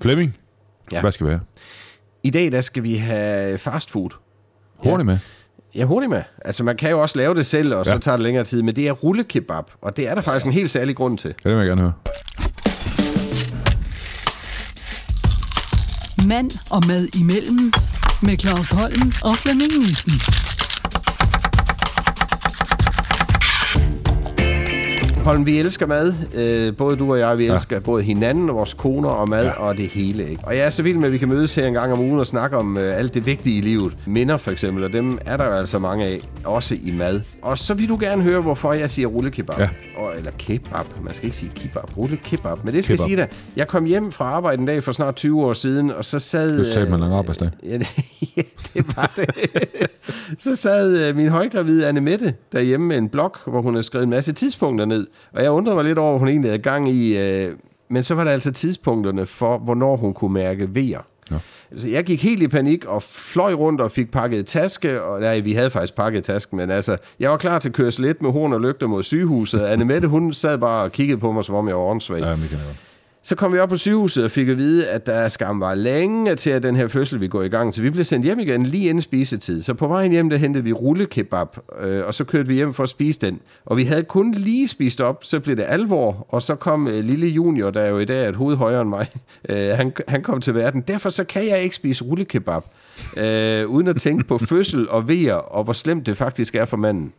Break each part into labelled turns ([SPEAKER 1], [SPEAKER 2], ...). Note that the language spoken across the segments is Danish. [SPEAKER 1] Flemming,
[SPEAKER 2] Ja.
[SPEAKER 1] ja. hvad skal vi have?
[SPEAKER 2] I dag, der skal vi have fast food.
[SPEAKER 1] Hurtigt med.
[SPEAKER 2] Ja, hurtigt med. Altså, man kan jo også lave det selv, og ja. så
[SPEAKER 1] Ja.
[SPEAKER 2] tager det længere tid, men det er rullekebab, og det er der faktisk en helt særlig grund til.
[SPEAKER 1] Ja, det vil jeg gerne høre.
[SPEAKER 3] Mand og mad imellem med Claus Holm og Flemming Nissen.
[SPEAKER 2] Holm, vi elsker mad. Øh, både du og jeg, vi
[SPEAKER 1] Ja.
[SPEAKER 2] elsker både hinanden, vores koner og mad ja.
[SPEAKER 1] Ja.
[SPEAKER 2] og det hele. Ikke? Og jeg er så vild med, at vi kan mødes her en gang om ugen og snakke om øh, alt det vigtige i livet. Minder for eksempel, og dem er der jo altså mange af, også i mad. Og så vil du gerne høre, hvorfor jeg siger rullekebab. Ja.
[SPEAKER 1] Ja.
[SPEAKER 2] Og, eller kebab. Man skal ikke sige kebab. Rullekebab. Men det skal
[SPEAKER 1] Kebab.
[SPEAKER 2] jeg sige dig. Jeg kom hjem fra arbejde en dag for snart 20 år siden, og så sad...
[SPEAKER 1] Det sagde man en lang
[SPEAKER 2] øh,
[SPEAKER 1] arbejdsdag.
[SPEAKER 2] Ja, det- ja, det var det. så sad øh, min højgravide Anne Mette derhjemme med en blog, hvor hun havde skrevet en masse tidspunkter ned. Og jeg undrede mig lidt over, hvad hun egentlig havde gang i. Øh, men så var der altså tidspunkterne for, hvornår hun kunne mærke vejer.
[SPEAKER 1] Nå.
[SPEAKER 2] Så jeg gik helt i panik og fløj rundt og fik pakket taske. Og, nej, vi havde faktisk pakket tasken, men altså, jeg var klar til at køre lidt med horn og lygter mod sygehuset. Anne Mette, hun sad bare og kiggede på mig, som om jeg var åndssvag.
[SPEAKER 1] Ja, det kan jeg godt.
[SPEAKER 2] Så kom vi op på sygehuset og fik at vide, at der skam var længe til, at den her fødsel vi gå i gang. Så vi blev sendt hjem igen lige inden spisetid. Så på vejen hjem, der hentede vi rullekebab, øh, og så kørte vi hjem for at spise den. Og vi havde kun lige spist op, så blev det alvor, og så kom øh, lille junior, der jo i dag er et hoved højere end mig, øh, han, han kom til verden. Derfor så kan jeg ikke spise rullekebab, øh, uden at tænke på fødsel og vejer, og hvor slemt det faktisk er for manden.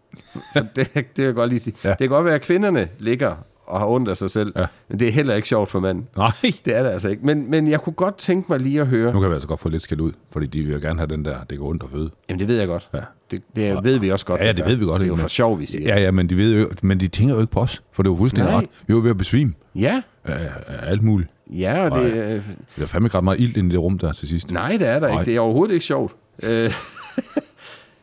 [SPEAKER 2] For det, det vil jeg godt lige sige. Ja.
[SPEAKER 1] Ja.
[SPEAKER 2] Det kan godt være, at kvinderne ligger og har ondt af sig selv, ja.
[SPEAKER 1] Ja.
[SPEAKER 2] men det er heller ikke sjovt for manden.
[SPEAKER 1] Nej.
[SPEAKER 2] Det er det altså ikke. Men, men jeg kunne godt tænke mig lige at høre.
[SPEAKER 1] Nu kan vi altså godt få lidt skæld ud, fordi de vil jo gerne have den der, det går ondt at føde.
[SPEAKER 2] Jamen, det ved jeg godt.
[SPEAKER 1] Ja.
[SPEAKER 2] Det, det ved vi også godt.
[SPEAKER 1] Ja, ja, det
[SPEAKER 2] gør.
[SPEAKER 1] ved vi godt,
[SPEAKER 2] Det
[SPEAKER 1] ikke?
[SPEAKER 2] er jo for
[SPEAKER 1] Men-
[SPEAKER 2] sjov, vi siger.
[SPEAKER 1] Ja, ja, men de, ved jo, men de tænker jo ikke på os, for det var fuldstændig
[SPEAKER 2] Nej.
[SPEAKER 1] ret. Vi var ved at besvime
[SPEAKER 2] Ja,
[SPEAKER 1] af, af alt muligt.
[SPEAKER 2] ja, og det... Øh,
[SPEAKER 1] Der er fandme ikke ret meget ild ind i det rum der til sidst.
[SPEAKER 2] nej, det er der
[SPEAKER 1] Nej.
[SPEAKER 2] ikke. Det er overhovedet ikke sjovt. Øh,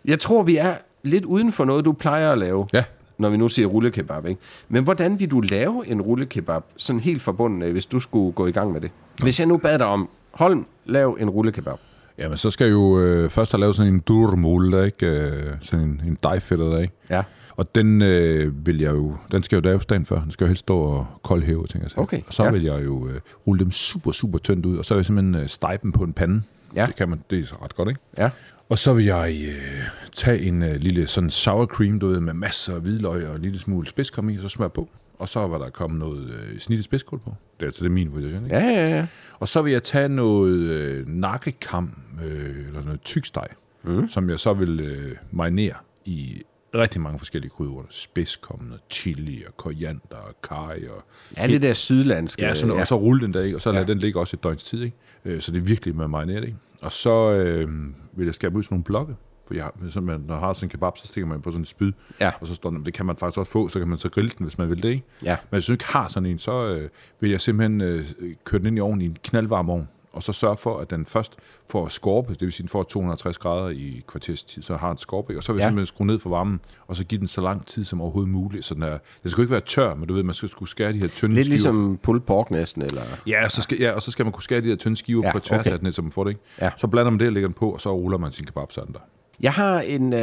[SPEAKER 2] jeg tror, vi er lidt uden for noget, du plejer at lave.
[SPEAKER 1] Ja.
[SPEAKER 2] Når vi nu siger rullekebab, ikke? Men hvordan vil du lave en rullekebab, sådan helt forbundet af, hvis du skulle gå i gang med det? Hvis jeg nu bad dig om, Holm, lav en rullekebab.
[SPEAKER 1] Jamen, så skal jeg jo øh, først have lavet sådan en durmul, der ikke? Øh, sådan en, en dejfætter, der ikke?
[SPEAKER 2] Ja.
[SPEAKER 1] Og den øh, vil jeg jo, den skal jo laves dagen før. Den skal jo helst stå og koldhæve, tænker jeg selv.
[SPEAKER 2] Okay,
[SPEAKER 1] Og så
[SPEAKER 2] ja.
[SPEAKER 1] vil jeg jo øh, rulle dem super, super tyndt ud, og så vil jeg simpelthen øh, stege dem på en pande.
[SPEAKER 2] Ja.
[SPEAKER 1] Det kan man, det er så ret godt, ikke?
[SPEAKER 2] Ja.
[SPEAKER 1] Og så vil jeg øh, tage en øh, lille sådan sour cream, du ved, med masser af hvidløg og en lille smule spidskom i, og så smør på. Og så var der kommet noget øh, snittet spidskål på. Det er altså det er min version, ikke?
[SPEAKER 2] Ja, ja, ja.
[SPEAKER 1] Og så vil jeg tage noget øh, nakkekam, øh, eller noget tyksteg, mm. som jeg så vil øh, marinere i rigtig mange forskellige krydderurter. Spidskom, noget chili, og koriander, og kaj, og
[SPEAKER 2] Ja, det der sydlandske.
[SPEAKER 1] Ja, sådan, ja. og så rulle den der, ikke? og så lade
[SPEAKER 2] Ja.
[SPEAKER 1] ja. den ligge også et døgns tid. Ikke? Øh, Så det er virkelig med marineret. Ikke? Og så øh, vil jeg skabe ud sådan nogle blokke, for jeg, har- så man, når man har sådan en kebab, så stikker man på sådan et spyd,
[SPEAKER 2] Ja.
[SPEAKER 1] og så står den, det kan man faktisk også få, så kan man så grille den, hvis man vil det. Ikke?
[SPEAKER 2] Ja.
[SPEAKER 1] Men hvis du ikke har sådan en, så øh, vil jeg simpelthen øh, køre den ind i ovnen i en knaldvarm ovn, og så sørge for, at den først får skorpe, det vil sige, den får 260 grader i kvarters tid, så har den skorpe, ikke? og så vil jeg
[SPEAKER 2] Ja.
[SPEAKER 1] ja. simpelthen skrue ned for varmen, og så give den så lang tid som overhovedet muligt. Så den er, det skal jo ikke være tør, men du ved, man skal skulle skære de her tynde
[SPEAKER 2] Lidt
[SPEAKER 1] skiver.
[SPEAKER 2] ligesom pulled pork næsten, eller...
[SPEAKER 1] Ja, og så skal, ja, og så skal man kunne skære de der tynde skiver
[SPEAKER 2] Ja,
[SPEAKER 1] ja, på tværs
[SPEAKER 2] okay.
[SPEAKER 1] okay. af den, så man får det, ikke?
[SPEAKER 2] Ja.
[SPEAKER 1] Så blander man det og lægger den på, og så ruller man sin kebab sådan der.
[SPEAKER 2] Jeg har en, øh,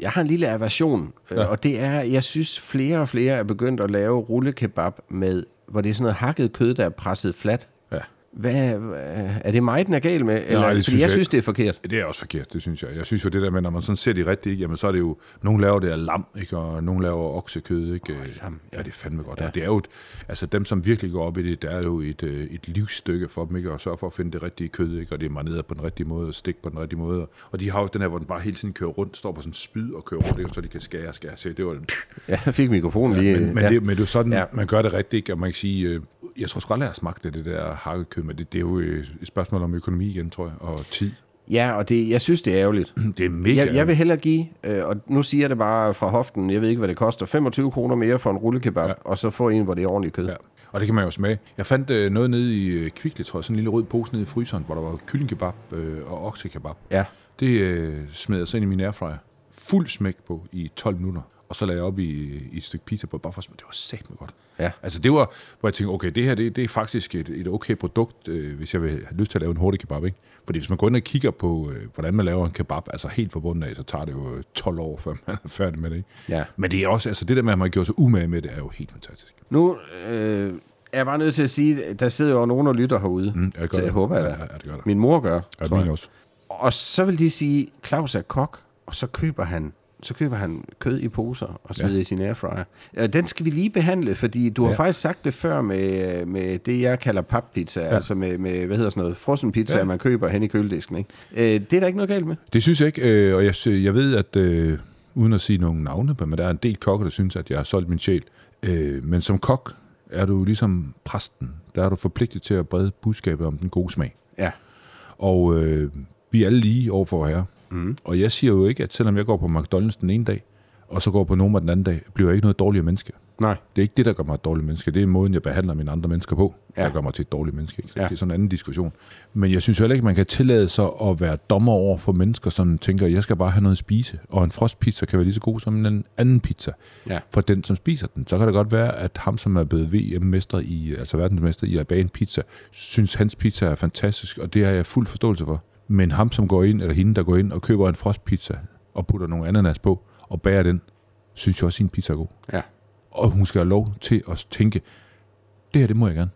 [SPEAKER 2] jeg har en lille aversion, øh, ja. og det er, jeg synes, flere og flere er begyndt at lave rullekebab med, hvor det er sådan noget hakket kød, der er presset flat.
[SPEAKER 1] Ja.
[SPEAKER 2] Hvad, øh, er det mig, den er gal med? Eller,
[SPEAKER 1] det
[SPEAKER 2] fordi
[SPEAKER 1] synes
[SPEAKER 2] jeg
[SPEAKER 1] jeg
[SPEAKER 2] synes,
[SPEAKER 1] ikke.
[SPEAKER 2] det er forkert.
[SPEAKER 1] Det er også forkert, det synes jeg. Jeg synes jo det der med, når man sådan ser de rigtige, ikke? jamen så er det jo, nogen laver det af lam, ikke? og nogen laver oksekød, ikke? Oh, lam. Ja, det er fandme godt. Ja. Det er jo et, altså dem, som virkelig går op i det, der er jo et, øh, et livsstykke for dem, ikke? og sørge for at finde det rigtige kød, ikke? og det er marineret på den rigtige måde, og stik på den rigtige måde. Og de har jo den her, hvor den bare hele tiden kører rundt, står på sådan en spyd og kører rundt, ikke? og så de kan skære og skære. Se, det var den.
[SPEAKER 2] Ja, jeg fik mikrofonen lige.
[SPEAKER 1] Men, men, ja. det, men det er jo sådan,
[SPEAKER 2] Øh, Ja.
[SPEAKER 1] ja. man gør det rigtigt, ikke? og man kan sige, øh, jeg tror sgu aldrig, jeg har smagt det, det der hakket kød, men det, det er jo øh, et spørgsmål om økonomi igen, tror jeg, og tid.
[SPEAKER 2] ja, og det, jeg synes, det er ærgerligt.
[SPEAKER 1] Det er mega...
[SPEAKER 2] Jeg, jeg vil hellere give, øh, og nu siger jeg det bare fra hoften, jeg ved ikke, hvad det koster, 25 kroner mere for en rullekebab, ja.
[SPEAKER 1] Ja.
[SPEAKER 2] og så få en, hvor det er ordentligt kød. Ja.
[SPEAKER 1] Ja. Og det kan man jo smage. Jeg fandt øh, noget nede i øh, Kvickly, tror jeg, sådan en lille rød pose nede i fryseren, hvor der var kyllingkebab øh, og oksekebab.
[SPEAKER 2] Ja.
[SPEAKER 1] Det øh, smed jeg så ind i min airfryer. Fuld smæk på i 12 minutter. Og så lagde jeg op i, i et stykke pizza på, bare for at smage. Det var satme godt.
[SPEAKER 2] Ja.
[SPEAKER 1] Altså det var, hvor jeg tænkte, okay, det her det, det er faktisk et, et okay produkt, øh, hvis jeg vil have lyst til at lave en hurtig kebab. Ikke? Fordi hvis man går ind og kigger på, øh, hvordan man laver en kebab, altså helt fra bunden af, så tager det jo øh, 12 år, før man er færdig med det. Ikke?
[SPEAKER 2] Ja.
[SPEAKER 1] Men det er også, altså det der med, at man har gjort sig umage med det, er jo helt fantastisk.
[SPEAKER 2] Nu øh, jeg er bare nødt til at sige, at der sidder jo nogen og lytter herude.
[SPEAKER 1] Mm, jeg gør
[SPEAKER 2] Så jeg
[SPEAKER 1] det.
[SPEAKER 2] håber,
[SPEAKER 1] Ja,
[SPEAKER 2] at
[SPEAKER 1] ja, det gør der.
[SPEAKER 2] min mor gør.
[SPEAKER 1] Ja,
[SPEAKER 2] tror jeg.
[SPEAKER 1] min også.
[SPEAKER 2] Og så vil de sige, Claus er kok, og så køber han så køber han kød i poser og smider ja. i sin airfryer. Øh, Den skal vi lige behandle, fordi du ja. har
[SPEAKER 1] Ja.
[SPEAKER 2] faktisk sagt det før med, med det, jeg kalder pappizza, ja. altså med, med, hvad hedder sådan noget, frossen pizza, ja.
[SPEAKER 1] Ja.
[SPEAKER 2] man køber hen i køledisken. Ikke? Øh, Det er der ikke noget galt med.
[SPEAKER 1] Det synes jeg ikke, øh, og jeg, sy- jeg ved, at øh, uden at sige nogen navne, men der er en del kokke, der synes, at jeg har solgt min sjæl. Øh, men som kok er du ligesom præsten. Der er du forpligtet til at brede budskabet om den gode smag.
[SPEAKER 2] Ja,
[SPEAKER 1] Og øh, vi er alle lige overfor her. Mm. Og jeg siger jo ikke, at selvom jeg går på McDonald's den ene dag, og så går på Noma den anden dag, bliver jeg ikke noget dårligere menneske.
[SPEAKER 2] nej.
[SPEAKER 1] Det er ikke det, der gør mig et dårligt menneske. Det er måden, jeg behandler mine andre mennesker på, ja.
[SPEAKER 2] Ja.
[SPEAKER 1] der gør mig til et dårligt menneske. Ikke? Så
[SPEAKER 2] Ja.
[SPEAKER 1] Det er sådan en anden diskussion. Men jeg synes heller ikke, man kan tillade sig at være dommer over for mennesker, som tænker, jeg skal bare have noget at spise. Og en frostpizza kan være lige så god som en anden pizza
[SPEAKER 2] Ja.
[SPEAKER 1] for den, som spiser den. Så kan det godt være, at ham, som er blevet VM-mester i, altså verdensmester i at bage en pizza, synes, hans pizza er fantastisk, og det har jeg fuld forståelse for. Men ham, som går ind, eller hende, der går ind og køber en frostpizza og putter nogle ananas på og bager den, synes jo også, at sin pizza er god
[SPEAKER 2] Ja.
[SPEAKER 1] og hun skal have lov til at tænke, det her, det må jeg gerne.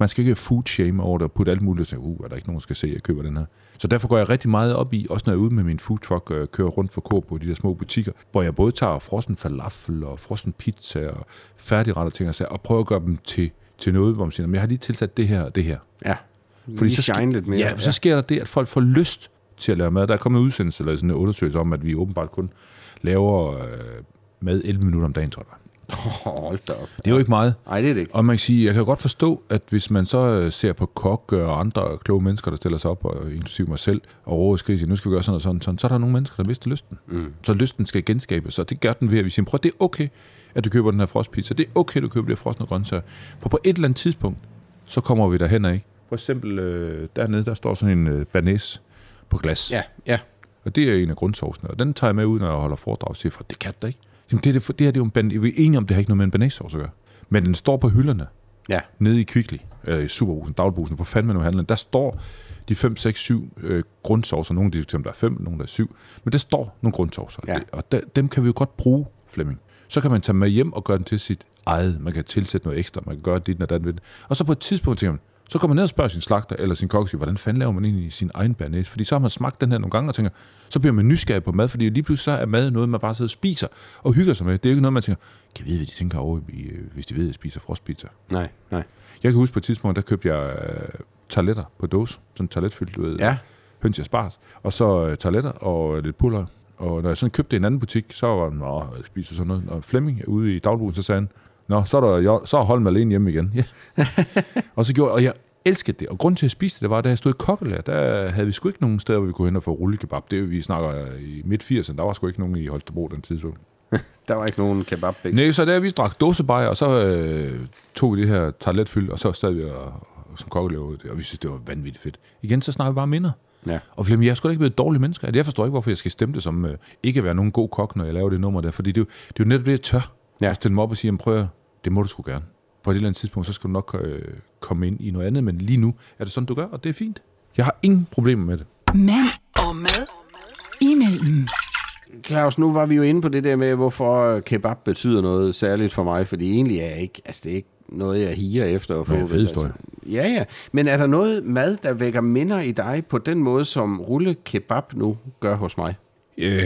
[SPEAKER 1] Man skal ikke food shame over det og putte alt muligt, og tænke, uh, er der ikke nogen, der skal se, at jeg køber den her. Så derfor går jeg rigtig meget op i, også når jeg er ude med min food truck og kører rundt for Coop på de der små butikker, hvor jeg både tager frossen falafel og frossen pizza og færdigretter ting og sager, og prøver at gøre dem til, til noget, hvor man siger, "Nå, men jeg har lige tilsat det her og det her.
[SPEAKER 2] Ja.
[SPEAKER 1] Fordi
[SPEAKER 2] lige
[SPEAKER 1] så sker-
[SPEAKER 2] shine lidt mere.
[SPEAKER 1] Ja, for så sker der det, at folk får lyst til at lave mad. Der er kommet udsendelse eller sådan en undersøgelse om, at vi åbenbart kun laver øh, mad 11 minutter om dagen, tror jeg.
[SPEAKER 2] Hold da op.
[SPEAKER 1] Det er jo ikke meget.
[SPEAKER 2] Nej, det er det ikke.
[SPEAKER 1] Og man kan sige, jeg kan godt forstå, at hvis man så øh, ser på kok og andre kloge mennesker, der stiller sig op, og øh, inklusive mig selv, og råder og skriger, siger, nu skal vi gøre sådan og sådan, sådan, så er der nogle mennesker, der mister lysten. Mm. Så lysten skal genskabes, og det gør den ved, at vi siger, prøv, det er okay, at du køber den her frostpizza, det er okay, at du køber det her frosne grøntsager, for på et eller andet tidspunkt, så kommer vi derhen af. For eksempel øh, dernede, der står sådan en øh, banæs på glas.
[SPEAKER 2] Ja, ja.
[SPEAKER 1] Og det er en af grundsovsene. Og den tager jeg med ud, når jeg holder foredrag og siger, for det kan der ikke. Jamen, det, er det, for, det her det er jo en ban- Vi er enige om, det har ikke noget med en banæssovs at gøre. Men den står på hylderne
[SPEAKER 2] Ja,
[SPEAKER 1] nede i Kvickly, øh, i Superbrusen, Dagligbusen, hvor fanden man nu handler, der står de 5, 6, 7 øh, grundsovser. Nogle diskuterer, om der er 5, nogle der er 7, men der står nogle grundsovser,
[SPEAKER 2] Ja.
[SPEAKER 1] Det- og der, dem kan vi jo godt bruge, Flemming. Så kan man tage med hjem og gøre den til sit eget. Man kan tilsætte noget ekstra, man kan gøre dit og datten ved den. Og så på et tidspunkt tænker man, så kommer man ned og spørger sin slagter eller sin kok, og siger, hvordan fanden laver man egentlig sin egen bernæs? Fordi så har man smagt den her nogle gange og tænker, så bliver man nysgerrig på mad, fordi lige pludselig så er mad noget, man bare sidder og spiser og hygger sig med. Det er jo ikke noget, man tænker, kan jeg vide, hvad de tænker over, i, øh, hvis de ved, at jeg spiser frostpizza.
[SPEAKER 2] nej, nej.
[SPEAKER 1] Jeg kan huske på et tidspunkt, der købte jeg øh, toiletter på dåse. Sådan toiletfyldt, du ved.
[SPEAKER 2] Ja.
[SPEAKER 1] Høns jeg spars. Og så øh, toiletter og lidt puller. Og når jeg sådan købte i en anden butik, så var den, åh, jeg spiser sådan noget. Og Flemming ude i dagligbogen, så sagde han, Nå, så er, der, jo- så er Holm alene hjemme igen. Ja. og så gjorde og jeg elskede det. Og grunden til, at jeg spiste det, var, da jeg stod i kokkelærer, der havde vi sgu ikke nogen steder, hvor vi kunne hen og få rullekebab. Det er jo, vi snakker i midt-80'erne, der var sgu ikke nogen i Holstebro den tidspunkt.
[SPEAKER 2] Der var ikke nogen kebab
[SPEAKER 1] Nej, så der vi drak dåsebajer, og så øh, tog vi det her toiletfyld, og så sad vi og, og som kokkelever ud det, og vi synes, det var vanvittigt fedt. Igen, så snakker vi bare minder.
[SPEAKER 2] Ja.
[SPEAKER 1] Og Flemming, jeg er sgu da ikke blevet dårlig menneske. Jeg forstår ikke, hvorfor jeg skal stemme det som øh, ikke at være nogen god kok, når jeg laver det nummer der. Fordi det, er jo- det er jo netop det, jeg tør.
[SPEAKER 2] Ja.
[SPEAKER 1] Ja. Jeg stiller mig op og siger, "Jamen, prøv at, høre, det må du sgu gerne. På et eller andet tidspunkt, så skal du nok øh, komme ind i noget andet, men lige nu er det sådan, du gør, og det er fint. Jeg har ingen problemer med det.
[SPEAKER 3] Mand og mad imellem.
[SPEAKER 2] Claus, nu var vi jo inde på det der med, hvorfor kebab betyder noget særligt for mig, fordi egentlig er jeg ikke, altså det er ikke noget, jeg higer efter at få.
[SPEAKER 1] Men en fed
[SPEAKER 2] vel,
[SPEAKER 1] historie.
[SPEAKER 2] Ja, ja. Men er der noget mad, der vækker minder i dig på den måde, som rulle kebab nu gør hos mig?
[SPEAKER 1] Øh,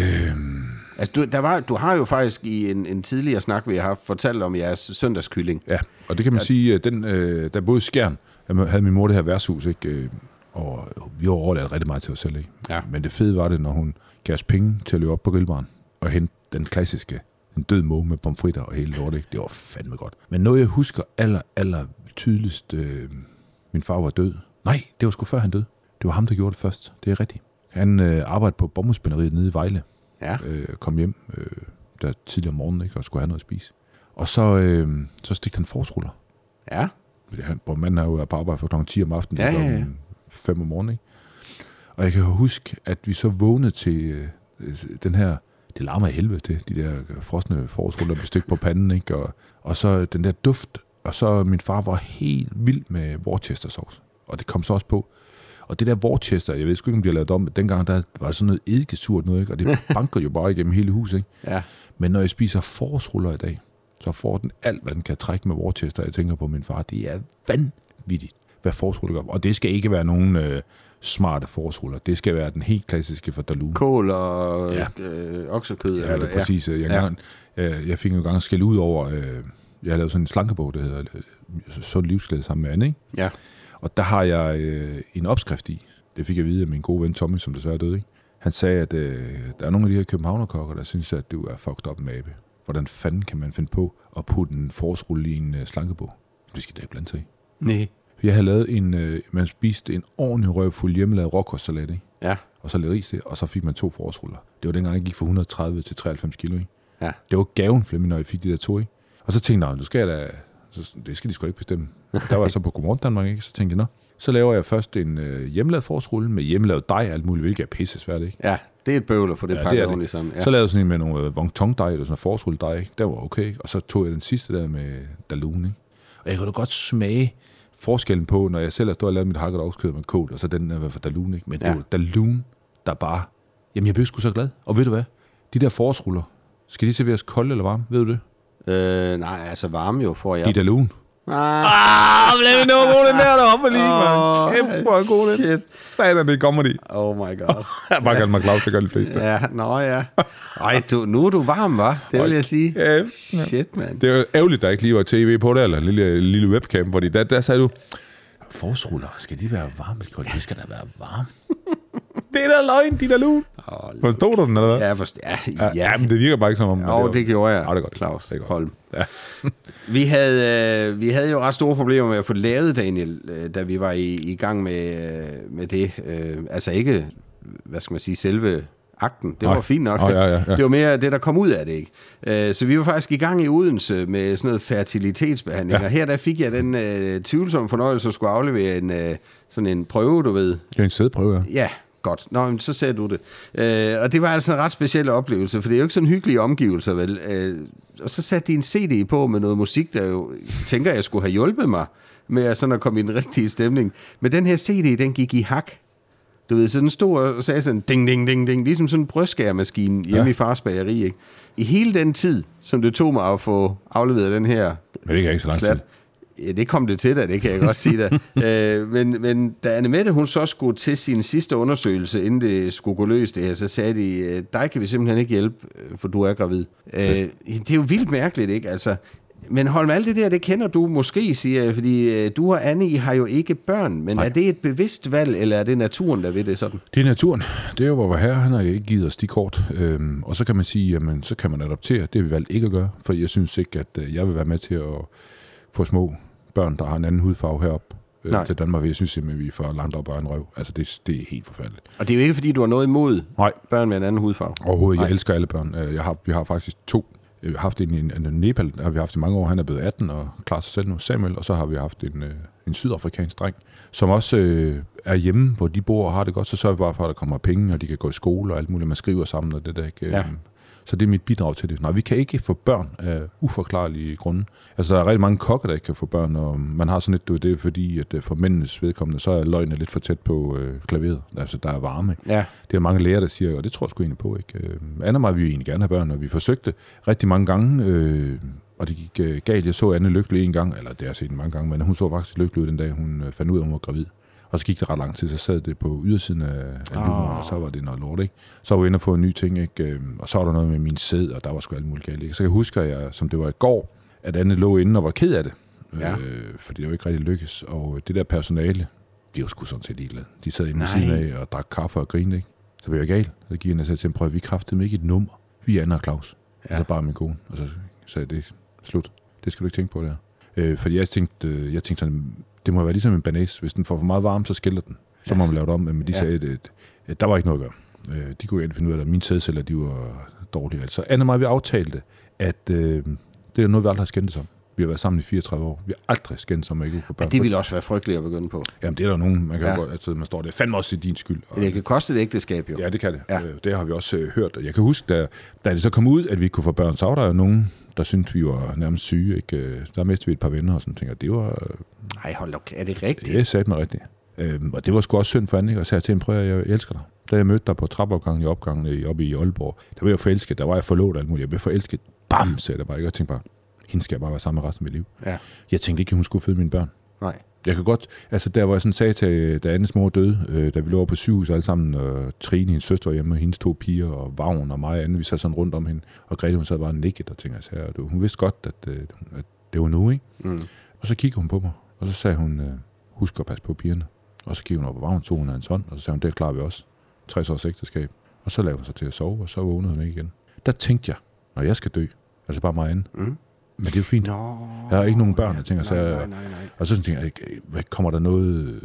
[SPEAKER 2] Altså, du, der var, du har jo faktisk i en, en tidligere snak, vi har haft, fortalt om jeres søndagskylling.
[SPEAKER 1] Ja, og det kan man sige, at den, øh, der boede i Skjern, der havde min mor det her værtshus, ikke? Øh, og vi var overladt rigtig meget til os selv. Ikke?
[SPEAKER 2] Ja.
[SPEAKER 1] Men det fede var det, når hun gav os penge til at løbe op på grillbaren og hente den klassiske, en død måge med pomfritter og hele lortet. Ikke? Det var fandme godt. Men noget, jeg husker aller, aller tydeligst, øh, min far var død. Nej, det var sgu før han døde. Det var ham, der gjorde det først. Det er rigtigt. Han øh, arbejdede på bombersspænderiet nede i Vejle
[SPEAKER 2] Ja.
[SPEAKER 1] øh, kom hjem øh, der tidligere om morgenen ikke, og skulle have noget at spise. Og så, øh, så stikte han forårsruller.
[SPEAKER 2] Ja.
[SPEAKER 1] Fordi han, hvor manden er jo på arbejde fra kl. 10 om aftenen
[SPEAKER 2] Ja,
[SPEAKER 1] til
[SPEAKER 2] ja,
[SPEAKER 1] kl.
[SPEAKER 2] ja.
[SPEAKER 1] 5 om morgenen. Ikke? Og jeg kan huske, at vi så vågnede til øh, øh, den her... Det larmer af helvede til, de der frosne forårsruller med styk på panden, ikke? Og, og så den der duft. Og så min far var helt vild med Worcester sauce. Og det kom så også på. Og det der Worcester, jeg ved sgu ikke, om de har lavet det om, men dengang der var det sådan noget eddikesurt noget, ikke? Og det banker jo bare igennem hele huset, ikke?
[SPEAKER 2] Ja.
[SPEAKER 1] Men når jeg spiser forårsruller i dag, så får den alt, hvad den kan trække med Worcester. Jeg tænker på min far. Det er vanvittigt, hvad forsruller gør. Og det skal ikke være nogen øh, smarte forsruller. Det skal være den helt klassiske for Dalum.
[SPEAKER 2] Kål og
[SPEAKER 1] Ja.
[SPEAKER 2] øh, oksekød.
[SPEAKER 1] Ja, det er præcis. Jeg,
[SPEAKER 2] Ja.
[SPEAKER 1] ja. gang, øh, jeg fik en gang skæld ud over, øh, jeg lavede sådan en slankebog, der hedder øh, Sund Livsglæde sammen med Anne, ikke?
[SPEAKER 2] Ja.
[SPEAKER 1] Og der har jeg øh, en opskrift i. Det fik jeg at vide af min gode ven Tommy, som desværre døde, ikke? Han sagde, at øh, der er nogle af de her københavnerkokker, der synes, at du er fucked up med abe. Hvordan fanden kan man finde på at putte en forårsrulle i en øh, slankebog? Det skal da ikke blande sig i.
[SPEAKER 2] Nej.
[SPEAKER 1] Jeg havde lavet en, øh, man spiste en ordentlig røvfuld hjemmelavet råkostsalat, ikke?
[SPEAKER 2] Ja.
[SPEAKER 1] og så lavede ris til, og så fik man to forårsruller. Det var dengang, jeg gik fra 130 til 93 kilo. Ikke?
[SPEAKER 2] Ja.
[SPEAKER 1] Det var gaven, Flemming, når jeg fik de der to. Ikke? Og så tænkte jeg, "Nå, nu skal jeg da, så, det skal de sgu ikke bestemme. Der var jeg så på Godmorgen Danmark, ikke? så tænkte jeg, nå, så laver jeg først en øh, hjemmelavet forårsrulle med hjemmelavet dej og alt muligt, hvilket er pisse svært, ikke?
[SPEAKER 2] Ja, det er et bøvl at få det ja,
[SPEAKER 1] Ja,
[SPEAKER 2] pakket
[SPEAKER 1] det er det.
[SPEAKER 2] ordentligt sammen. Ja.
[SPEAKER 1] Så lavede jeg sådan en med nogle øh, wonton dej, eller sådan noget forårsrulle dej, ikke? der var okay. ikke? Og så tog jeg den sidste der med dalun, ikke? Og jeg kunne da godt smage forskellen på, når jeg selv har stået og lavet mit hakket oksekød med kål, og så den der for dalun, ikke? Men
[SPEAKER 2] Ja.
[SPEAKER 1] det var dalun, der bare... Jamen, jeg blev sgu så glad. Og ved du hvad? De der forårsruller, skal de serveres kolde eller varme? Ved du det?
[SPEAKER 2] Øh, nej, altså varme jo får jeg.
[SPEAKER 1] De er dalun.
[SPEAKER 2] Ah,
[SPEAKER 1] Ah, lad vi nå at bruge den der deroppe lige,
[SPEAKER 2] Åh, shit.
[SPEAKER 1] Sådan er det kommer de.
[SPEAKER 2] Oh my god.
[SPEAKER 1] Jeg bare gerne mig Claus, det gør de fleste.
[SPEAKER 2] Ja, nå ja. Ej, du, nu er du varm, var. Det vil jeg sige.
[SPEAKER 1] Kæft,
[SPEAKER 2] Shit, mand.
[SPEAKER 1] Det er jo ærgerligt, der ikke lige var tv på det, eller en lille, lille webcam, fordi der, der sagde du, forsruller, skal de være varme? eller kolde? De skal da være varme. det er da løgn, din alun.
[SPEAKER 2] Åh,
[SPEAKER 1] Forstod du den, eller hvad?
[SPEAKER 2] Ja, forst- ja,
[SPEAKER 1] Ja,
[SPEAKER 2] ja.
[SPEAKER 1] men det virker bare ikke som om...
[SPEAKER 2] Jo, det gjorde jeg,
[SPEAKER 1] Ja, det er godt.
[SPEAKER 2] Claus
[SPEAKER 1] Det er godt.
[SPEAKER 2] Holm.
[SPEAKER 1] Ja.
[SPEAKER 2] Vi havde, øh, vi havde jo ret store problemer med at få det lavet, Daniel, øh, da vi var i, i gang med, øh, med det. Øh, altså ikke, hvad skal man sige, selve akten. Det
[SPEAKER 1] Nej.
[SPEAKER 2] var fint nok.
[SPEAKER 1] Åh, ja, ja, ja.
[SPEAKER 2] Det var mere det, der kom ud af det, ikke? Øh, så vi var faktisk i gang i Odense med sådan noget fertilitetsbehandling, ja.
[SPEAKER 1] Ja.
[SPEAKER 2] og her der fik jeg den øh, tvivlsomme fornøjelse at skulle aflevere en, øh, sådan en prøve, du ved,
[SPEAKER 1] Det er en sædeprøve, ja.
[SPEAKER 2] Ja, godt. Nå, men så ser du det. Øh, og det var altså en ret speciel oplevelse, for det er jo ikke sådan hyggelige omgivelser, vel? Øh, og så satte de en CD på med noget musik, der jo tænker, jeg skulle have hjulpet mig med at, sådan at komme i den rigtige stemning. Men den her CD, den gik i hak. Du ved, så den stod og sagde sådan ding, ding, ding, ding, ligesom sådan en brystskærmaskine hjemme ja.
[SPEAKER 1] Ja.
[SPEAKER 2] i fars bageri, ikke? I hele den tid, som det tog mig at få afleveret den her
[SPEAKER 1] Men det kan ikke så lang tid.
[SPEAKER 2] Klat. Ja, det kom det til dig, det kan jeg godt sige dig. øh, men, men da Annemette, hun så skulle til sin sidste undersøgelse, inden det skulle gå løs det her, så sagde de, øh, dig kan vi simpelthen ikke hjælpe, øh, for du er gravid. Øh, det er jo vildt mærkeligt, ikke? Altså, men Holm, alt det der, det kender du måske, siger jeg, fordi øh, du og Anne, I har jo ikke børn, men Nej.
[SPEAKER 1] Nej.
[SPEAKER 2] er det et bevidst valg, eller er det naturen, der ved det sådan?
[SPEAKER 1] Det er naturen. Det er jo, hvor her han har ikke givet os de kort. Øhm, og så kan man sige, jamen, så kan man adoptere. Det har vi valgt ikke at gøre, for jeg synes ikke, at øh, jeg vil være med til at få små børn, der har en anden hudfarve heroppe øh,
[SPEAKER 2] Nej.
[SPEAKER 1] til Danmark. Jeg synes simpelthen, vi er for langt op ad en røv. Altså, det, det er helt forfærdeligt.
[SPEAKER 2] Og det er jo ikke, fordi du har noget imod
[SPEAKER 1] Nej,
[SPEAKER 2] børn med en anden hudfarve.
[SPEAKER 1] Overhovedet, jeg elsker alle børn. Øh, Jeg har, vi har faktisk to. Vi har haft en i en- en Nepal, der har vi haft i mange år. Han er blevet 18 og klarer sig selv nu, Samuel. Og så har vi haft en, øh, en sydafrikansk dreng, som også øh, er hjemme, hvor de bor og har det godt. Så sørger vi bare for, at der kommer penge, og de kan gå i skole og alt muligt. Man skriver sammen og det der. Ikke?
[SPEAKER 2] Ja.
[SPEAKER 1] Ja. Så det er mit bidrag til det. Nej, vi kan ikke få børn af uforklarlige grunde. Altså, der er rigtig mange kokker, der ikke kan få børn, og man har sådan lidt, du ved, det er fordi, at øh, for mændenes vedkommende, så er løgene lidt for tæt på øh, klaveret. Altså, der er varme. ikke?
[SPEAKER 2] Ja.
[SPEAKER 1] Det er der mange læger, der siger, og det tror jeg sgu egentlig på. Ikke? Øh, Anna og mig vi egentlig gerne have børn, og vi forsøgte rigtig mange gange, øh, og det gik øh, galt. Jeg så Anne lykkelig en gang, eller det har jeg set en mange gange, men hun så faktisk lykkelig ud den dag, hun øh, fandt ud af, at hun var gravid. Og så gik det ret lang tid, så sad det på ydersiden af, af luren, og så var det noget lort, ikke? Så var jeg inde og få en ny ting, ikke? Øh, Og så var der noget med min sæd, og der var sgu alt muligt galt, ikke? Så jeg husker, jeg, som det var i går, at Anne lå inde og var ked af det.
[SPEAKER 2] Ja.
[SPEAKER 1] Øh, fordi det jo ikke rigtig lykkes. Og øh, det der personale, de var sgu sådan set ligeglade. De sad inde ved
[SPEAKER 2] Nej.
[SPEAKER 1] siden af og drak kaffe og grinede, ikke? Så blev jeg gal. Så gik jeg ind og sagde til dem, prøv at vi kræftede ikke et nummer. Vi er Anna og Claus. Ja. Og så bare min kone. Og så sagde jeg, det er slut. Det skal du ikke tænke på der. Øh, fordi jeg tænkte, øh, jeg tænkte sådan, det må være ligesom en banæs. Hvis den får for meget varme, så skiller den. Så må man lave det om. Men de ja.
[SPEAKER 2] Ja.
[SPEAKER 1] sagde, at, at, at, der var ikke noget at gøre. Øh, de kunne ikke finde ud af, at mine sædceller, de var dårlige. Altså, Anna og mig, vi aftalte, at øh, det er noget, vi aldrig har skændtes om. Vi har været sammen i 34 år. Vi har aldrig skændtes om, at ikke kunne få børn.
[SPEAKER 2] Men det ville også være frygteligt at begynde på.
[SPEAKER 1] Jamen, det er der nogen, man kan
[SPEAKER 2] Ja.
[SPEAKER 1] ja. godt, altså, man står, det er fandme også i din skyld. Og,
[SPEAKER 2] Men det kan koste et ægteskab, jo.
[SPEAKER 1] Ja, det kan det.
[SPEAKER 2] Ja.
[SPEAKER 1] Ja. Det har vi også øh, hørt. Og Jeg kan huske, da, da det så kom ud, at vi ikke kunne få børn, så var der jo nogen, der syntes, vi var nærmest syge. Ikke? Øh, Der mistede vi et par venner, og sådan tænker, det var, øh,
[SPEAKER 2] Nej, hold op. Er det rigtigt?
[SPEAKER 1] det sagde mig rigtigt. Øhm, og det var sgu også synd for Anne, ikke? og sagde til hende, prøv at høre, jeg elsker dig. Da jeg mødte dig på trappeopgangen i opgangen i- oppe i Aalborg, der var jeg forelsket, der var jeg forlovet og alt muligt. Jeg blev forelsket, bam, sagde der bare, ikke? og tænkte bare, hende skal jeg bare være sammen med resten af mit liv.
[SPEAKER 4] Ja.
[SPEAKER 1] Jeg tænkte ikke, at hun skulle føde mine børn.
[SPEAKER 4] Nej.
[SPEAKER 1] Jeg kan godt, altså der hvor jeg sådan sagde til, da Annes mor døde, øh, da vi lå over på sygehus alle sammen, og Trine, hendes søster var hjemme, og hendes to piger, og Vagn og mig og Anne, vi sad sådan rundt om hende, og Grete, hun sad bare og nikkede og tænkte, her, du, hun vidste godt, at, øh, at det var nu, ikke?
[SPEAKER 4] Mm.
[SPEAKER 1] Og så kiggede hun på mig, og så sagde hun, øh, husk at passe på pigerne. Og så kiggede hun op på Vagn, tog hun af hans hånd, og så sagde hun, det klarer vi også. 60 års ægteskab. Og så lavede hun sig til at sove, og så vågnede hun ikke igen. Der tænkte jeg, når jeg skal dø, altså bare mig og Anne,
[SPEAKER 4] Mm.
[SPEAKER 1] men det er jo fint.
[SPEAKER 4] Nå.
[SPEAKER 1] Jeg har ikke nogen børn, jeg tænker, så
[SPEAKER 4] nej,
[SPEAKER 1] jeg-
[SPEAKER 4] nej, nej, nej.
[SPEAKER 1] Og så tænkte jeg, øh, hvad, kommer der noget,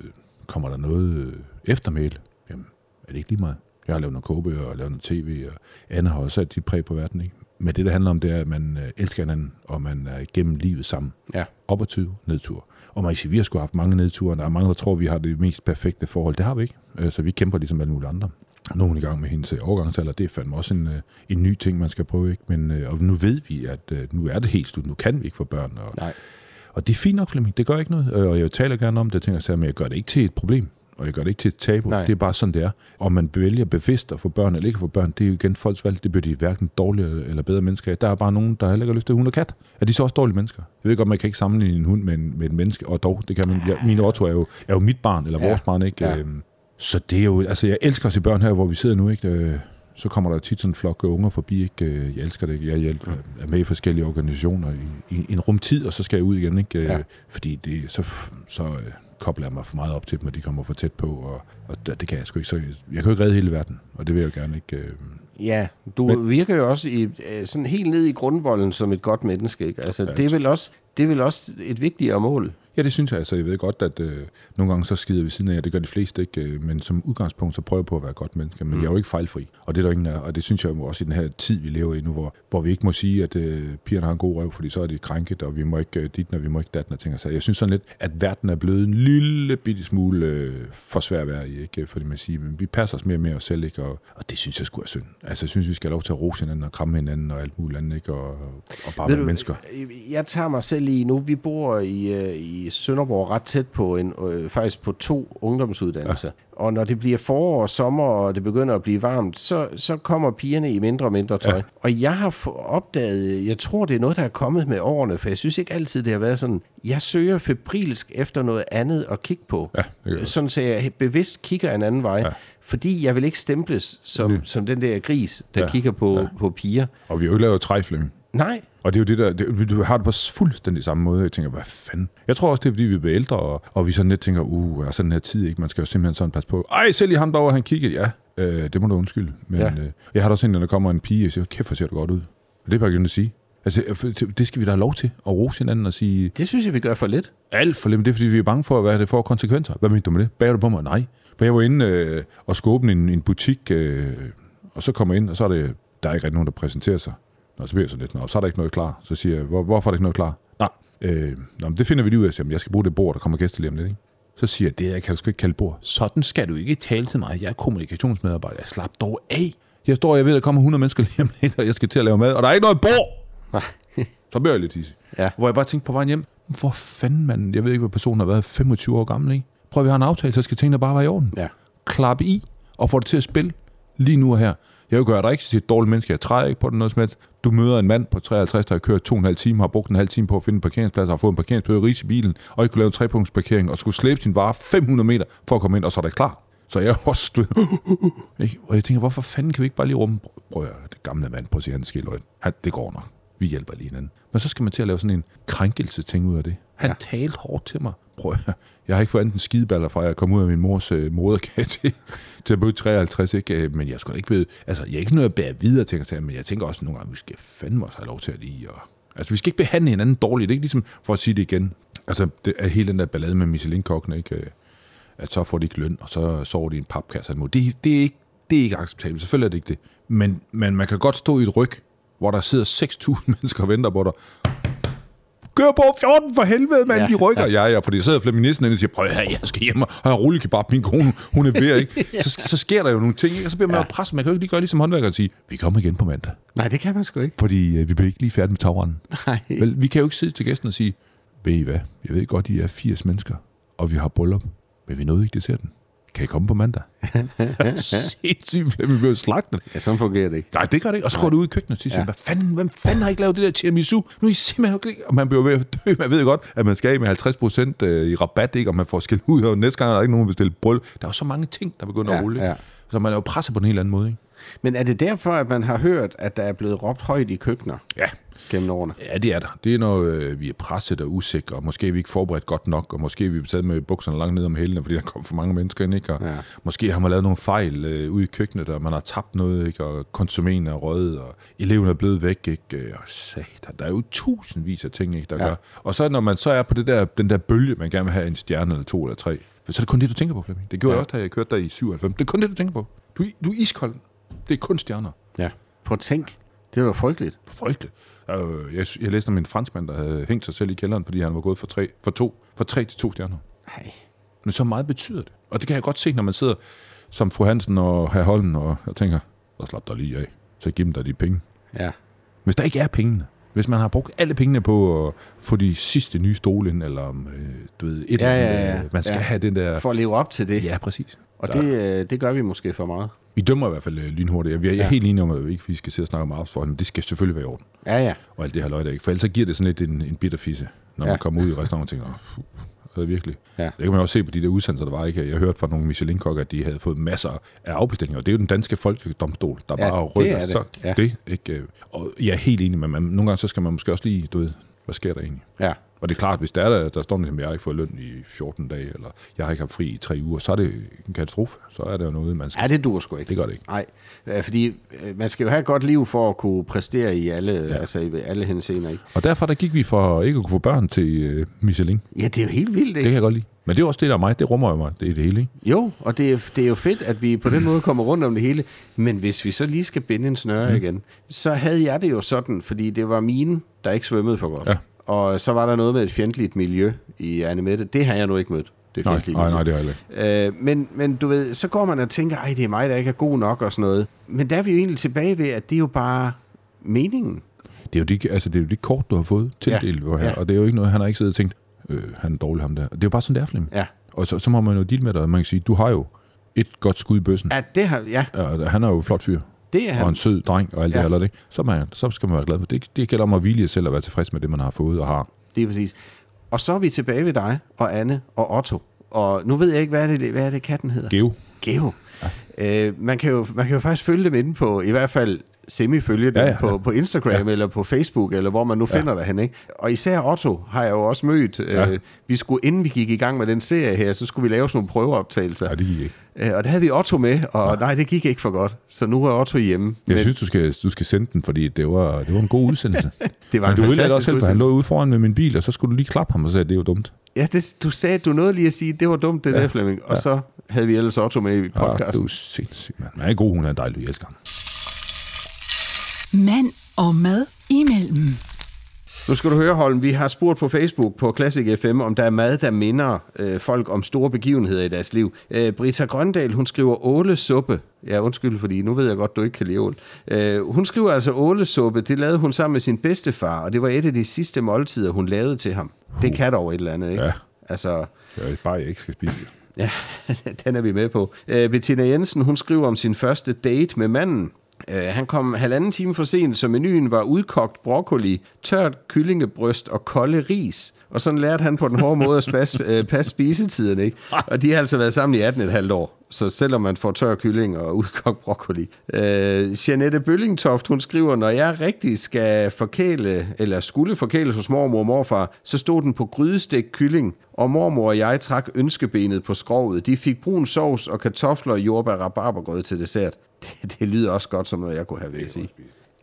[SPEAKER 1] kommer der noget øh, eftermæle? Jamen, er det ikke lige meget? Jeg har lavet noget kogebøger og lavet noget tv, og Anna har også sat dit præg på verden, ikke? Men det, det handler om, det er, at man øh, elsker hinanden, og man er igennem livet sammen.
[SPEAKER 4] Ja.
[SPEAKER 1] Op og tyve, nedtur. Og man kan sige, vi har sgu haft mange nedture, og der er mange, der tror, vi har det mest perfekte forhold. Det har vi ikke. Øh, Så vi kæmper ligesom alle mulige andre. Nu er hun i gang med hendes øh, overgangsalder, det er fandme også en, øh, en ny ting, man skal prøve, ikke? Men, øh, og nu ved vi, at øh, nu er det helt slut, nu kan vi ikke få børn, og
[SPEAKER 4] Nej.
[SPEAKER 1] og det er fint nok, Flemming. Det gør ikke noget. Øh, Og jeg taler gerne om det, tænker jeg, så, men jeg gør det ikke til et problem. Og jeg gør det ikke til et tabu.
[SPEAKER 4] Nej.
[SPEAKER 1] Nej. Det er bare sådan, det er. Om man vælger bevidst at få børn eller ikke at få børn, det er jo igen folks valg. Det bliver de hverken dårligere eller bedre mennesker af. Der er bare nogen, der heller ikke har lyst til hund og kat. Er de så også dårlige mennesker? Jeg ved godt, man kan ikke sammenligne en hund med en, med en menneske. Og dog, det kan man. Jeg, mine Otto er jo, er jo mit barn, eller
[SPEAKER 4] Ja.
[SPEAKER 1] ja. vores barn, ikke?
[SPEAKER 4] Ja.
[SPEAKER 1] Øhm, Ja. Så det er jo... Altså, jeg elsker at se børn her, hvor vi sidder nu, ikke? Øh, Så kommer der jo tit sådan en flok unger forbi, ikke? Øh, Jeg elsker det, ikke? Jeg hjælp- er med i forskellige organisationer i, i en rumtid, og så skal jeg ud igen, ikke? Øh,
[SPEAKER 4] Ja.
[SPEAKER 1] Fordi det, så, f- så øh, kobler jeg mig for meget op til dem, og de kommer for tæt på, og, og der- det kan jeg sgu ikke. Så jeg- jeg kan jo ikke redde hele verden, og det vil jeg jo gerne, ikke? Øh,
[SPEAKER 4] Ja, du Men,
[SPEAKER 1] Men-
[SPEAKER 4] virker jo også i, øh, sådan helt ned i grundvolden som et godt menneske. Ikke? Altså, det, er vel også, det er vel også et vigtigere mål.
[SPEAKER 1] Ja, det synes jeg. Altså, jeg ved godt, at øh, nogle gange så skider vi siden af, og det gør de fleste ikke, øh, men som udgangspunkt, så prøver jeg på at være et godt menneske, men mm. jeg er jo ikke fejlfri, og det er der ingen af, og det synes jeg jo også i den her tid, vi lever i nu, hvor, hvor vi ikke må sige, at øh, pigerne har en god røv, fordi så er de krænket, og vi må ikke øh, dit, og vi må ikke datten, og ting og så. Jeg synes sådan lidt, at verden er blevet en lille bitte smule øh, for svær at være i, ikke? fordi man siger, men vi passer os mere og mere os selv, ikke? Og, og det synes jeg skulle er synd. Altså, jeg synes, vi skal have lov til at rose hinanden og kramme hinanden og alt muligt andet, ikke? Og, og bare
[SPEAKER 4] Ved
[SPEAKER 1] være mennesker.
[SPEAKER 4] øh, Jeg tager mig selv i nu. Vi bor i, øh, i Sønderborg ret tæt på en, øh, faktisk på to ungdomsuddannelser. Ja. Og når det bliver forår og sommer, og det begynder at blive varmt, så, så kommer pigerne i mindre og mindre tøj. Ja.
[SPEAKER 1] Ja.
[SPEAKER 4] Og jeg har få- opdaget, øh, jeg tror, det er noget, der er kommet med årene, for jeg synes ikke altid, det har været sådan. Jeg søger febrilsk efter noget andet at kigge på.
[SPEAKER 1] Ja, det kan jeg også.
[SPEAKER 4] sådan så jeg bevidst kigger en anden vej. Ja.
[SPEAKER 1] Ja.
[SPEAKER 4] Fordi jeg vil ikke stemples som, som den der gris, der ja.
[SPEAKER 1] Ja,
[SPEAKER 4] kigger på, ja.
[SPEAKER 1] ja.
[SPEAKER 4] på piger.
[SPEAKER 1] Og vi har jo ikke lavet træflemming.
[SPEAKER 4] Nej,
[SPEAKER 1] Og det er jo det der, det, du har det på fuldstændig samme måde. Jeg tænker, hvad fanden? Jeg tror også, det er, fordi vi bliver ældre, og, og vi sådan lidt tænker, uh, altså den her tid, ikke? man skal jo simpelthen sådan passe på. Ej, selv i ham derovre, han kiggede, ja, øh, det må du undskylde. Men
[SPEAKER 4] Ja.
[SPEAKER 1] ja. øh, jeg har da også en, når der kommer en pige, og siger, kæft, hvor ser du godt ud. Og det er bare ikke at sige. Altså, øh, for- det skal vi da have lov til, at rose hinanden og sige,
[SPEAKER 4] det synes jeg, vi gør for lidt.
[SPEAKER 1] alt for nemt. Det er, fordi vi er bange for, hvad det får af konsekvenser. Hvad mener du med det? Bager du på mig? Nej. For jeg var inde øh, og skulle åbne en, en butik, øh, og så kommer jeg ind, og så er det, der er ikke rigtig nogen, der præsenterer sig. Nå, så bliver jeg sådan lidt, nå, så er der ikke noget klar. Så siger jeg, Hvor, hvorfor er der ikke noget klar? Nej, øh, nå, men det finder vi lige ud af. Jeg siger, "Men jeg skal bruge det bord, der kommer gæster lige om lidt, ikke? Så siger jeg, det her kan du sgu ikke kalde bord. Sådan skal du ikke tale til mig. Jeg er kommunikationsmedarbejder. Jeg slap dog af. Jeg står, jeg ved, at der kommer 100 mennesker lige om lidt, og jeg skal til at lave mad, og der er ikke noget bord. Så bliver jeg lidt hissig.
[SPEAKER 4] Ja.
[SPEAKER 1] Hvor jeg bare tænkte på vejen hjem, hvor fanden mand, jeg ved ikke, hvad personen har været 25 år gammel, ikke? Prøv at vi har en aftale, så skal tingene bare være i orden.
[SPEAKER 4] Ja.
[SPEAKER 1] Klap i og få det til at spille lige nu og her. Jeg gør dig ikke til et dårligt menneske, jeg træder ikke på det noget som helst. Du møder en mand på 53, der har kørt to og en halv time, har brugt en halv time på at finde en parkeringsplads, har fået en parkeringsplads ris i bilen, og ikke kunne lave en trepunktsparkering, og skulle slæbe sin vare 500 meter for at komme ind, og så er det klar. Så jeg er også, du ved, ikke? Og jeg tænker, hvorfor fanden kan vi ikke bare lige rumme? Prøv at høre, det gamle mand, prøv at se, han skal han, Det går nok. Vi hjælper lige hinanden. Men så skal man til at lave sådan en krænkelsesting ud af det. Han ja. talte hårdt til mig. Prøv at høre, jeg har ikke fået andet end skideballer fra, at jeg kom ud af min mors øh, moderkage til, til at blive 53, ikke? Øh, Men jeg skulle ikke blevet, altså jeg er ikke noget at bære videre, tænker jeg, selv, men jeg tænker også nogle gange, vi skal fandme også have lov til at lige og Altså, vi skal ikke behandle hinanden dårligt, ikke ligesom for at sige det igen. Altså, det er hele den der ballade med Michelin-kokkene, ikke? Øh, at så får de ikke løn, og så sover de i en papkasse. Det, det, er ikke, det er ikke acceptabelt. Selvfølgelig er det ikke det. Men, men man kan godt stå i et ryg, hvor der sidder 6.000 mennesker og venter på dig. Kør på 14 for helvede, mand,
[SPEAKER 4] Ja,
[SPEAKER 1] ja, de rykker. Ja, ja, fordi så sidder feministen inde og siger, prøv her, jeg skal hjem og have rullekebab, min kone, hun er ved, ikke? Så, så sker der jo nogle ting, ikke? Og så bliver man
[SPEAKER 4] Ja.
[SPEAKER 1] ja. presset. Man kan jo ikke lige gøre ligesom håndværkeren og sige, vi kommer igen på mandag,
[SPEAKER 4] Nej, det kan man sgu ikke.
[SPEAKER 1] fordi øh, vi bliver ikke lige færdige med tagranden.
[SPEAKER 4] Nej.
[SPEAKER 1] Vel, vi kan jo ikke sidde til gæsten og sige, ved I hvad, jeg ved godt, I er 80 mennesker, og vi har bryllup, men vi nåede ikke det til den. kan I komme på mandag? Sindssygt, Flemming blev slagtet.
[SPEAKER 5] Ja, sådan fungerer det ikke.
[SPEAKER 1] Nej, det gør det ikke. Og så går du ud i køkkenet og siger, ja. hvad fanden, hvem fanden har ikke lavet det der tiramisu? Nu er I simpelthen ikke... Og man bliver ved at dø. Man ved godt, at man skal af med 50 procent øh, i rabat, ikke? og man får skilt ud, og næste gang er der ikke nogen, der bestiller brøl. Der er jo så mange ting, der begynder
[SPEAKER 5] Ja,
[SPEAKER 1] at rulle. ikke?
[SPEAKER 5] ja.
[SPEAKER 1] Så man er jo presset på en helt anden måde. Ikke?
[SPEAKER 2] Men er det derfor, at man har hørt, at der er blevet råbt højt i køkkener
[SPEAKER 1] Ja,
[SPEAKER 2] gennem årene?
[SPEAKER 1] Ja, det er der. Det er, når øh, vi er presset og usikre, og måske er vi ikke forberedt godt nok, og måske er vi sad med bukserne langt ned om hælene, fordi der kom for mange mennesker ind, ikke? Og ja. måske har man lavet nogle fejl øh, ude i køkkenet, og man har tabt noget, ikke? Og konsumen er rød, og eleven er blevet væk, ikke? Øh, Og satan, der er jo tusindvis af ting, ikke, der ja. gør. Og så når man så er på det der, den der bølge, man gerne vil have en stjerne eller to eller tre, så er det kun det, du tænker på, Flemming. Det gjorde ja. jeg også, da jeg kørte der i 97. Det er kun det, du tænker på. Du, du er iskold. Det er kun stjerner
[SPEAKER 2] Ja. Prøv at tænk. Det var frygteligt.
[SPEAKER 1] frygteligt. Der er jo- Jeg, jeg læste om en franskmand, der havde hængt sig selv i kælderen, fordi han var gået fra tre, fra to, fra tre til to stjerner.
[SPEAKER 2] Nej.
[SPEAKER 1] Men så meget betyder det. Og det kan jeg godt se, når man sidder som fru Hansen og herr Holm og, og tænker, så slap dig lige af, så giv dem dig de penge.
[SPEAKER 2] Ja.
[SPEAKER 1] Hvis der ikke er pengene, hvis man har brugt alle pengene på at få de sidste nye stole ind, eller om, øh, du ved, et
[SPEAKER 2] Ja,
[SPEAKER 1] eller
[SPEAKER 2] ja,
[SPEAKER 1] andet,
[SPEAKER 2] ja.
[SPEAKER 1] man skal
[SPEAKER 2] Ja.
[SPEAKER 1] have den der...
[SPEAKER 2] For at leve op til det.
[SPEAKER 1] Ja, præcis.
[SPEAKER 2] Og det, øh, det gør vi måske for meget.
[SPEAKER 1] Vi dømmer i hvert fald øh, lynhurtigt. Jeg jeg er ja. helt enig om, at vi ikke skal sidde og snakke om arbejdsforhold, men det skal selvfølgelig være i orden.
[SPEAKER 2] Ja, ja.
[SPEAKER 1] og alt det her løg der, ikke? For ellers så giver det sådan lidt en, en bitterfisse, når ja. man kommer ud i restauranten og tænker, "Åh, puh, er det virkelig?
[SPEAKER 2] Ja.
[SPEAKER 1] Det kan man jo også se på de der udsendelser, der var ikke. Jeg hørte fra nogle Michelin-kokker, at de havde fået masser af afbestillinger, og det er jo den danske folkedomstol, der
[SPEAKER 2] Ja,
[SPEAKER 1] ja, bare
[SPEAKER 2] det
[SPEAKER 1] rykker
[SPEAKER 2] er det.
[SPEAKER 1] så
[SPEAKER 2] Ja.
[SPEAKER 1] det. Ikke? Øh, Og jeg er helt enig med, man, nogle gange så skal man måske også lige, du ved, hvad sker der egentlig?
[SPEAKER 2] Ja.
[SPEAKER 1] Og det er klart, hvis der er der, der står ligesom, jeg har ikke fået løn i 14 dage, eller jeg har ikke haft fri i tre uger, så er det en katastrofe. Så er der jo noget, man skal...
[SPEAKER 2] Ja, det dur sgu ikke.
[SPEAKER 1] Det gør det ikke.
[SPEAKER 2] Nej, øh, fordi øh, man skal jo have et godt liv for at kunne præstere i alle, ja. altså i alle hensener, ikke?
[SPEAKER 1] Og derfor der gik vi fra ikke at kunne få børn til øh, Michelin.
[SPEAKER 2] Ja, det er jo helt vildt,
[SPEAKER 1] Det
[SPEAKER 2] ikke?
[SPEAKER 1] kan jeg godt lide. Men det er også det, der er mig. Det rummer jo mig. Det er det hele, ikke?
[SPEAKER 2] Jo, og det er, det er jo fedt, at vi på den måde kommer rundt om det hele. Men hvis vi så lige skal binde en snøre mm. igen, så havde jeg det jo sådan, fordi det var mine, der ikke svømmede for godt.
[SPEAKER 1] Ja.
[SPEAKER 2] Og så var der noget med et fjendtligt miljø i Annemette. Det har jeg nu ikke mødt, det
[SPEAKER 1] Nej,
[SPEAKER 2] fjendtlige
[SPEAKER 1] nej,
[SPEAKER 2] miljø.
[SPEAKER 1] nej, det har jeg ikke.
[SPEAKER 2] Øh, men, men du ved, så går man og tænker, ej, det er mig, der ikke er god nok og sådan noget. Men der er vi jo egentlig tilbage ved, at det er jo bare meningen.
[SPEAKER 1] Det er jo de, altså, det er jo de kort, du har fået tildelt, ja. her,
[SPEAKER 2] ja.
[SPEAKER 1] ja. og det er jo ikke noget, han har ikke siddet og tænkt, øh, han er dårlig ham der. Det er jo bare sådan, det er, Flemming.
[SPEAKER 2] Ja.
[SPEAKER 1] Og så, så må man jo dele med dig, og man kan sige, du har jo et godt skud i bøssen.
[SPEAKER 2] Ja, det har, ja,
[SPEAKER 1] Ja. Og han er jo en flot fyr,
[SPEAKER 2] det er
[SPEAKER 1] ja. og en
[SPEAKER 2] han.
[SPEAKER 1] sød dreng, og alt ja.
[SPEAKER 2] Ja.
[SPEAKER 1] det her, eller det. Så, er man, så skal man være glad for det. Det gælder om at hvile i sig selv og være tilfreds med det, man har fået og har.
[SPEAKER 2] Det er præcis. Og så er vi tilbage ved dig og Anne og Otto. Og nu ved jeg ikke, hvad er det, hvad er det katten hedder?
[SPEAKER 1] Geo.
[SPEAKER 2] Geo. Ja. Øh, man, kan jo, man kan jo faktisk følge dem inde på, i hvert fald semi-følge dem ja,
[SPEAKER 1] Ja,
[SPEAKER 2] ja.
[SPEAKER 1] ja.
[SPEAKER 2] På, på Instagram ja. eller på Facebook, eller hvor man nu ja. finder dig hen. Ikke? Og især Otto har jeg jo også mødt. Ja. Øh, vi skulle, inden vi gik i gang med den serie her, så skulle vi lave sådan nogle prøveoptagelser.
[SPEAKER 1] Ja, det gik ikke.
[SPEAKER 2] Øh, og der havde vi Otto med, og nej, det gik ikke for godt. Så nu er Otto hjemme.
[SPEAKER 1] Jeg synes, du skal, du skal sende den, fordi det var, det var en god udsendelse.
[SPEAKER 2] det var
[SPEAKER 1] Men
[SPEAKER 2] en
[SPEAKER 1] du ødelagde det også
[SPEAKER 2] fantastisk
[SPEAKER 1] selv, for han
[SPEAKER 2] udsendelse.
[SPEAKER 1] lå ude foran med min bil, og så skulle du lige klappe ham og sagde, at det er jo dumt.
[SPEAKER 2] Ja, det, du sagde, du nåede lige at sige, det var dumt, det ja. der, Flemming. Og ja. så havde vi ellers Otto med i
[SPEAKER 1] Ja, Ah, det er
[SPEAKER 2] podcasten.
[SPEAKER 1] jo sindssygt, mand. Men han er god, hun er dejlig, jeg elsker ham.
[SPEAKER 3] Mand og mad imellem.
[SPEAKER 2] Nu skal du høre, Holm, vi har spurgt på Facebook på Classic FM, om der er mad, der minder øh, folk om store begivenheder i deres liv. Øh, Brita Grøndal, hun skriver ålesuppe. Ja, undskyld, fordi nu ved jeg godt, du ikke kan lide ål. Øh, hun skriver altså ålesuppe. Det lavede hun sammen med sin bedstefar, og det var et af de sidste måltider, hun lavede til ham. Det kan dog et eller andet, ikke?
[SPEAKER 1] Ja.
[SPEAKER 2] Altså,
[SPEAKER 1] Det er bare, jeg ikke skal spise.
[SPEAKER 2] Ja, den er vi med på. Øh, Bettina Jensen, hun skriver om sin første date med manden. Øh, han kom halvanden time for sent, så menuen var udkogt broccoli, tørt kyllingebryst og kolde ris. Og sådan lærte han på den hårde måde at spas, øh, passe spisetiden, ikke? Og de har altså været sammen i 18,5 år. Så selvom man får tør kylling og udkogt broccoli. Øh, Janette Bøllingtoft, hun skriver, når jeg rigtig skal forkæle, eller skulle forkæle hos mormor og morfar, så stod den på grydestegt kylling, og mormor og jeg trak ønskebenet på skrovet. De fik brun sovs og kartofler, jordbær, rabarbergrød til dessert. Det, det lyder også godt som noget, jeg kunne have ved at sige.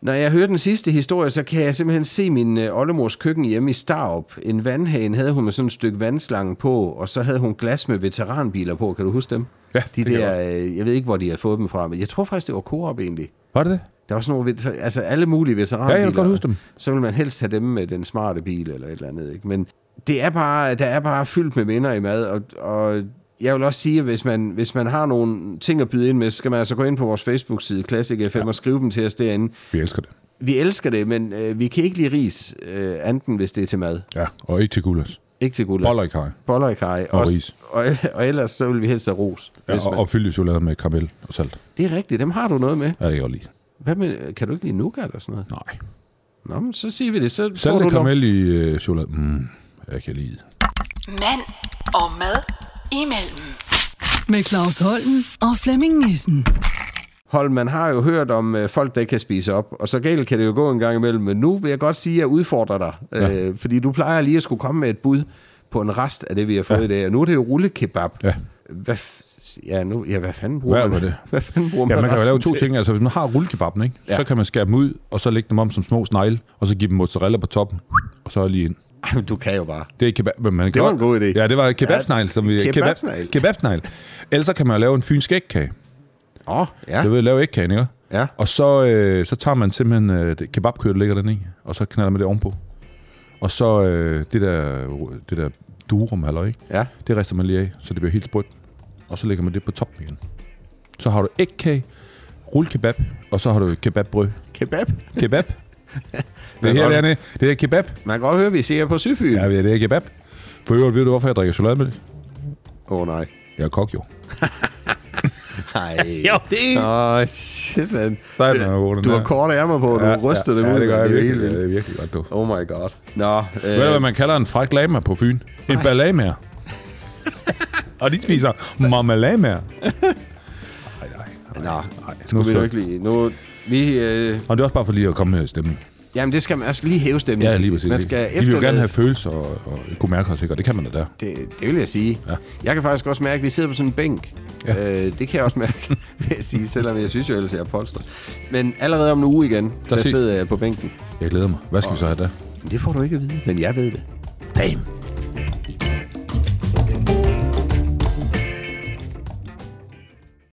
[SPEAKER 2] Når jeg hører den sidste historie, så kan jeg simpelthen se min øh, oldemors køkken hjemme i Starup. En vandhane havde hun med sådan et stykke vandslange på, og så havde hun glas med veteranbiler på. Kan du huske dem?
[SPEAKER 1] Ja,
[SPEAKER 2] De
[SPEAKER 1] det kan
[SPEAKER 2] der, øh, jeg ved ikke, hvor de havde fået dem fra, men jeg tror faktisk, det var Coop egentlig.
[SPEAKER 1] Var det det?
[SPEAKER 2] Der var sådan nogle, veter- altså alle mulige veteranbiler.
[SPEAKER 1] Ja, jeg kan godt huske dem.
[SPEAKER 2] Så ville man helst have dem med den smarte bil eller et eller andet, ikke? Men det er bare, der er bare fyldt med minder i mad, og, og jeg vil også sige, at hvis man, hvis man har nogle ting at byde ind med, så skal man altså gå ind på vores Facebook-side, Classic FM, ja. og skrive dem til os derinde.
[SPEAKER 1] Vi elsker det.
[SPEAKER 2] Vi elsker det, men øh, vi kan ikke lide ris, øh, anden hvis det er til mad.
[SPEAKER 1] Ja, og ikke til gulas.
[SPEAKER 2] Ikke til gulasch.
[SPEAKER 1] Boller i kaj.
[SPEAKER 2] Boller i kaj.
[SPEAKER 1] Og
[SPEAKER 2] også-
[SPEAKER 1] ris.
[SPEAKER 2] Og, og ellers så vil vi helst have ros.
[SPEAKER 1] Ja,
[SPEAKER 2] hvis
[SPEAKER 1] og,
[SPEAKER 2] man-
[SPEAKER 1] og fyldt i chokolade med karamel og salt.
[SPEAKER 2] Det er rigtigt, dem har du noget med.
[SPEAKER 1] Ja, det kan jeg godt lide.
[SPEAKER 2] Hvad med, kan du ikke lide nougat og sådan noget?
[SPEAKER 1] Nej.
[SPEAKER 2] Nå, men så siger vi det. Så får
[SPEAKER 1] Salt
[SPEAKER 2] du
[SPEAKER 1] og
[SPEAKER 2] nok-
[SPEAKER 1] karamel i øh, chokolade. Mm, jeg kan lide.
[SPEAKER 6] Mand og mad imellem.
[SPEAKER 3] Med Claus Holm og Flemming Nissen.
[SPEAKER 2] Hold, man har jo hørt om øh, folk, der ikke kan spise op, og så galt kan det jo gå en gang imellem, men nu vil jeg godt sige, at jeg udfordrer dig, ja. øh, fordi du plejer lige at skulle komme med et bud på en rest af det, vi har fået ja. i dag, og nu er det jo rullekebab.
[SPEAKER 1] Ja.
[SPEAKER 2] Hvad f- ja, nu, ja, hvad fanden bruger
[SPEAKER 1] Hvad
[SPEAKER 2] man
[SPEAKER 1] var det?
[SPEAKER 2] Hvad fanden bruger
[SPEAKER 1] Ja, man kan jo
[SPEAKER 2] resten
[SPEAKER 1] lave to
[SPEAKER 2] til?
[SPEAKER 1] ting. Altså, hvis man har rullekebaben, ikke? Ja. så kan man skære dem ud, og så lægge dem om som små snegle, og så give dem mozzarella på toppen, og så lige ind.
[SPEAKER 2] Jamen, du kan jo bare.
[SPEAKER 1] Det er kebab, men man kan
[SPEAKER 2] Det var
[SPEAKER 1] godt-
[SPEAKER 2] en god idé.
[SPEAKER 1] Ja, det var kebabsnegl, som vi... kebab-
[SPEAKER 2] kebabsnegl.
[SPEAKER 1] Kebabsnegl. Ellers så kan man jo lave en fynsk ægkage.
[SPEAKER 2] Åh, oh, ja.
[SPEAKER 1] Ja. Du ved, lave ægkagen, ikke?
[SPEAKER 2] Ja.
[SPEAKER 1] Og så, øh, så tager man simpelthen øh, det kebabkød, der ligger den i, og så knalder man det ovenpå. Og så øh, det der, det der durum, halløj, ikke?
[SPEAKER 2] Ja.
[SPEAKER 1] det rister man lige af, så det bliver helt sprødt. Og så lægger man det på toppen igen. Så har du ægkage, rullekebab, og så har du kebabbrød.
[SPEAKER 2] Kebab.
[SPEAKER 1] Kebab. Det er her,
[SPEAKER 2] godt.
[SPEAKER 1] dernede. Det er kebab.
[SPEAKER 2] Man kan godt høre, at vi ser på Syfyn. Åh,
[SPEAKER 1] Ja,
[SPEAKER 2] ja.
[SPEAKER 1] det er kebab. For øvrigt ved du, hvorfor jeg drikker chokolademælk?
[SPEAKER 2] oh, nej.
[SPEAKER 1] Jeg er kok, jo.
[SPEAKER 2] Nej. jo, det Åh, shit, man.
[SPEAKER 1] Sejt, man har vågnet den
[SPEAKER 2] Du har
[SPEAKER 1] her.
[SPEAKER 2] korte ærmer på, og du ja, ryster
[SPEAKER 1] ja,
[SPEAKER 2] dem
[SPEAKER 1] ja,
[SPEAKER 2] ud.
[SPEAKER 1] det gør
[SPEAKER 2] mand.
[SPEAKER 1] jeg
[SPEAKER 2] det er
[SPEAKER 1] virkelig.
[SPEAKER 2] helt
[SPEAKER 1] Ja,
[SPEAKER 2] vildt.
[SPEAKER 1] det er virkelig godt, du.
[SPEAKER 2] Oh my god. Nå, øh,
[SPEAKER 1] Ved du, hvad man kalder en fræk lama på Fyn? En balamager. og de spiser marmalamager. Nej, nej.
[SPEAKER 2] Nå,
[SPEAKER 1] Nu
[SPEAKER 2] nu vil
[SPEAKER 1] skal
[SPEAKER 2] du ikke lige. Nu, vi, øh,
[SPEAKER 1] Og det er også bare for lige at komme med stemning.
[SPEAKER 2] jamen, det skal man også lige hæve stemmen.
[SPEAKER 1] Ja, lige præcis.
[SPEAKER 2] Man skal
[SPEAKER 1] de vil jo
[SPEAKER 2] efterlade-
[SPEAKER 1] gerne have følelser og, og kunne mærke os, ikke? Og det kan man da der.
[SPEAKER 2] det, det vil jeg sige. Ja. Jeg kan faktisk også mærke, at vi sidder på sådan en bænk. Ja. Øh, det kan jeg også mærke, vil jeg sige, selvom jeg synes jo ellers, jeg er polstret. Men allerede om en uge igen, der, der
[SPEAKER 1] ses.
[SPEAKER 2] sidder jeg på bænken.
[SPEAKER 1] Jeg glæder mig. Hvad skal vi så have der?
[SPEAKER 2] Men det får du ikke at vide, men jeg ved det.
[SPEAKER 1] Damn.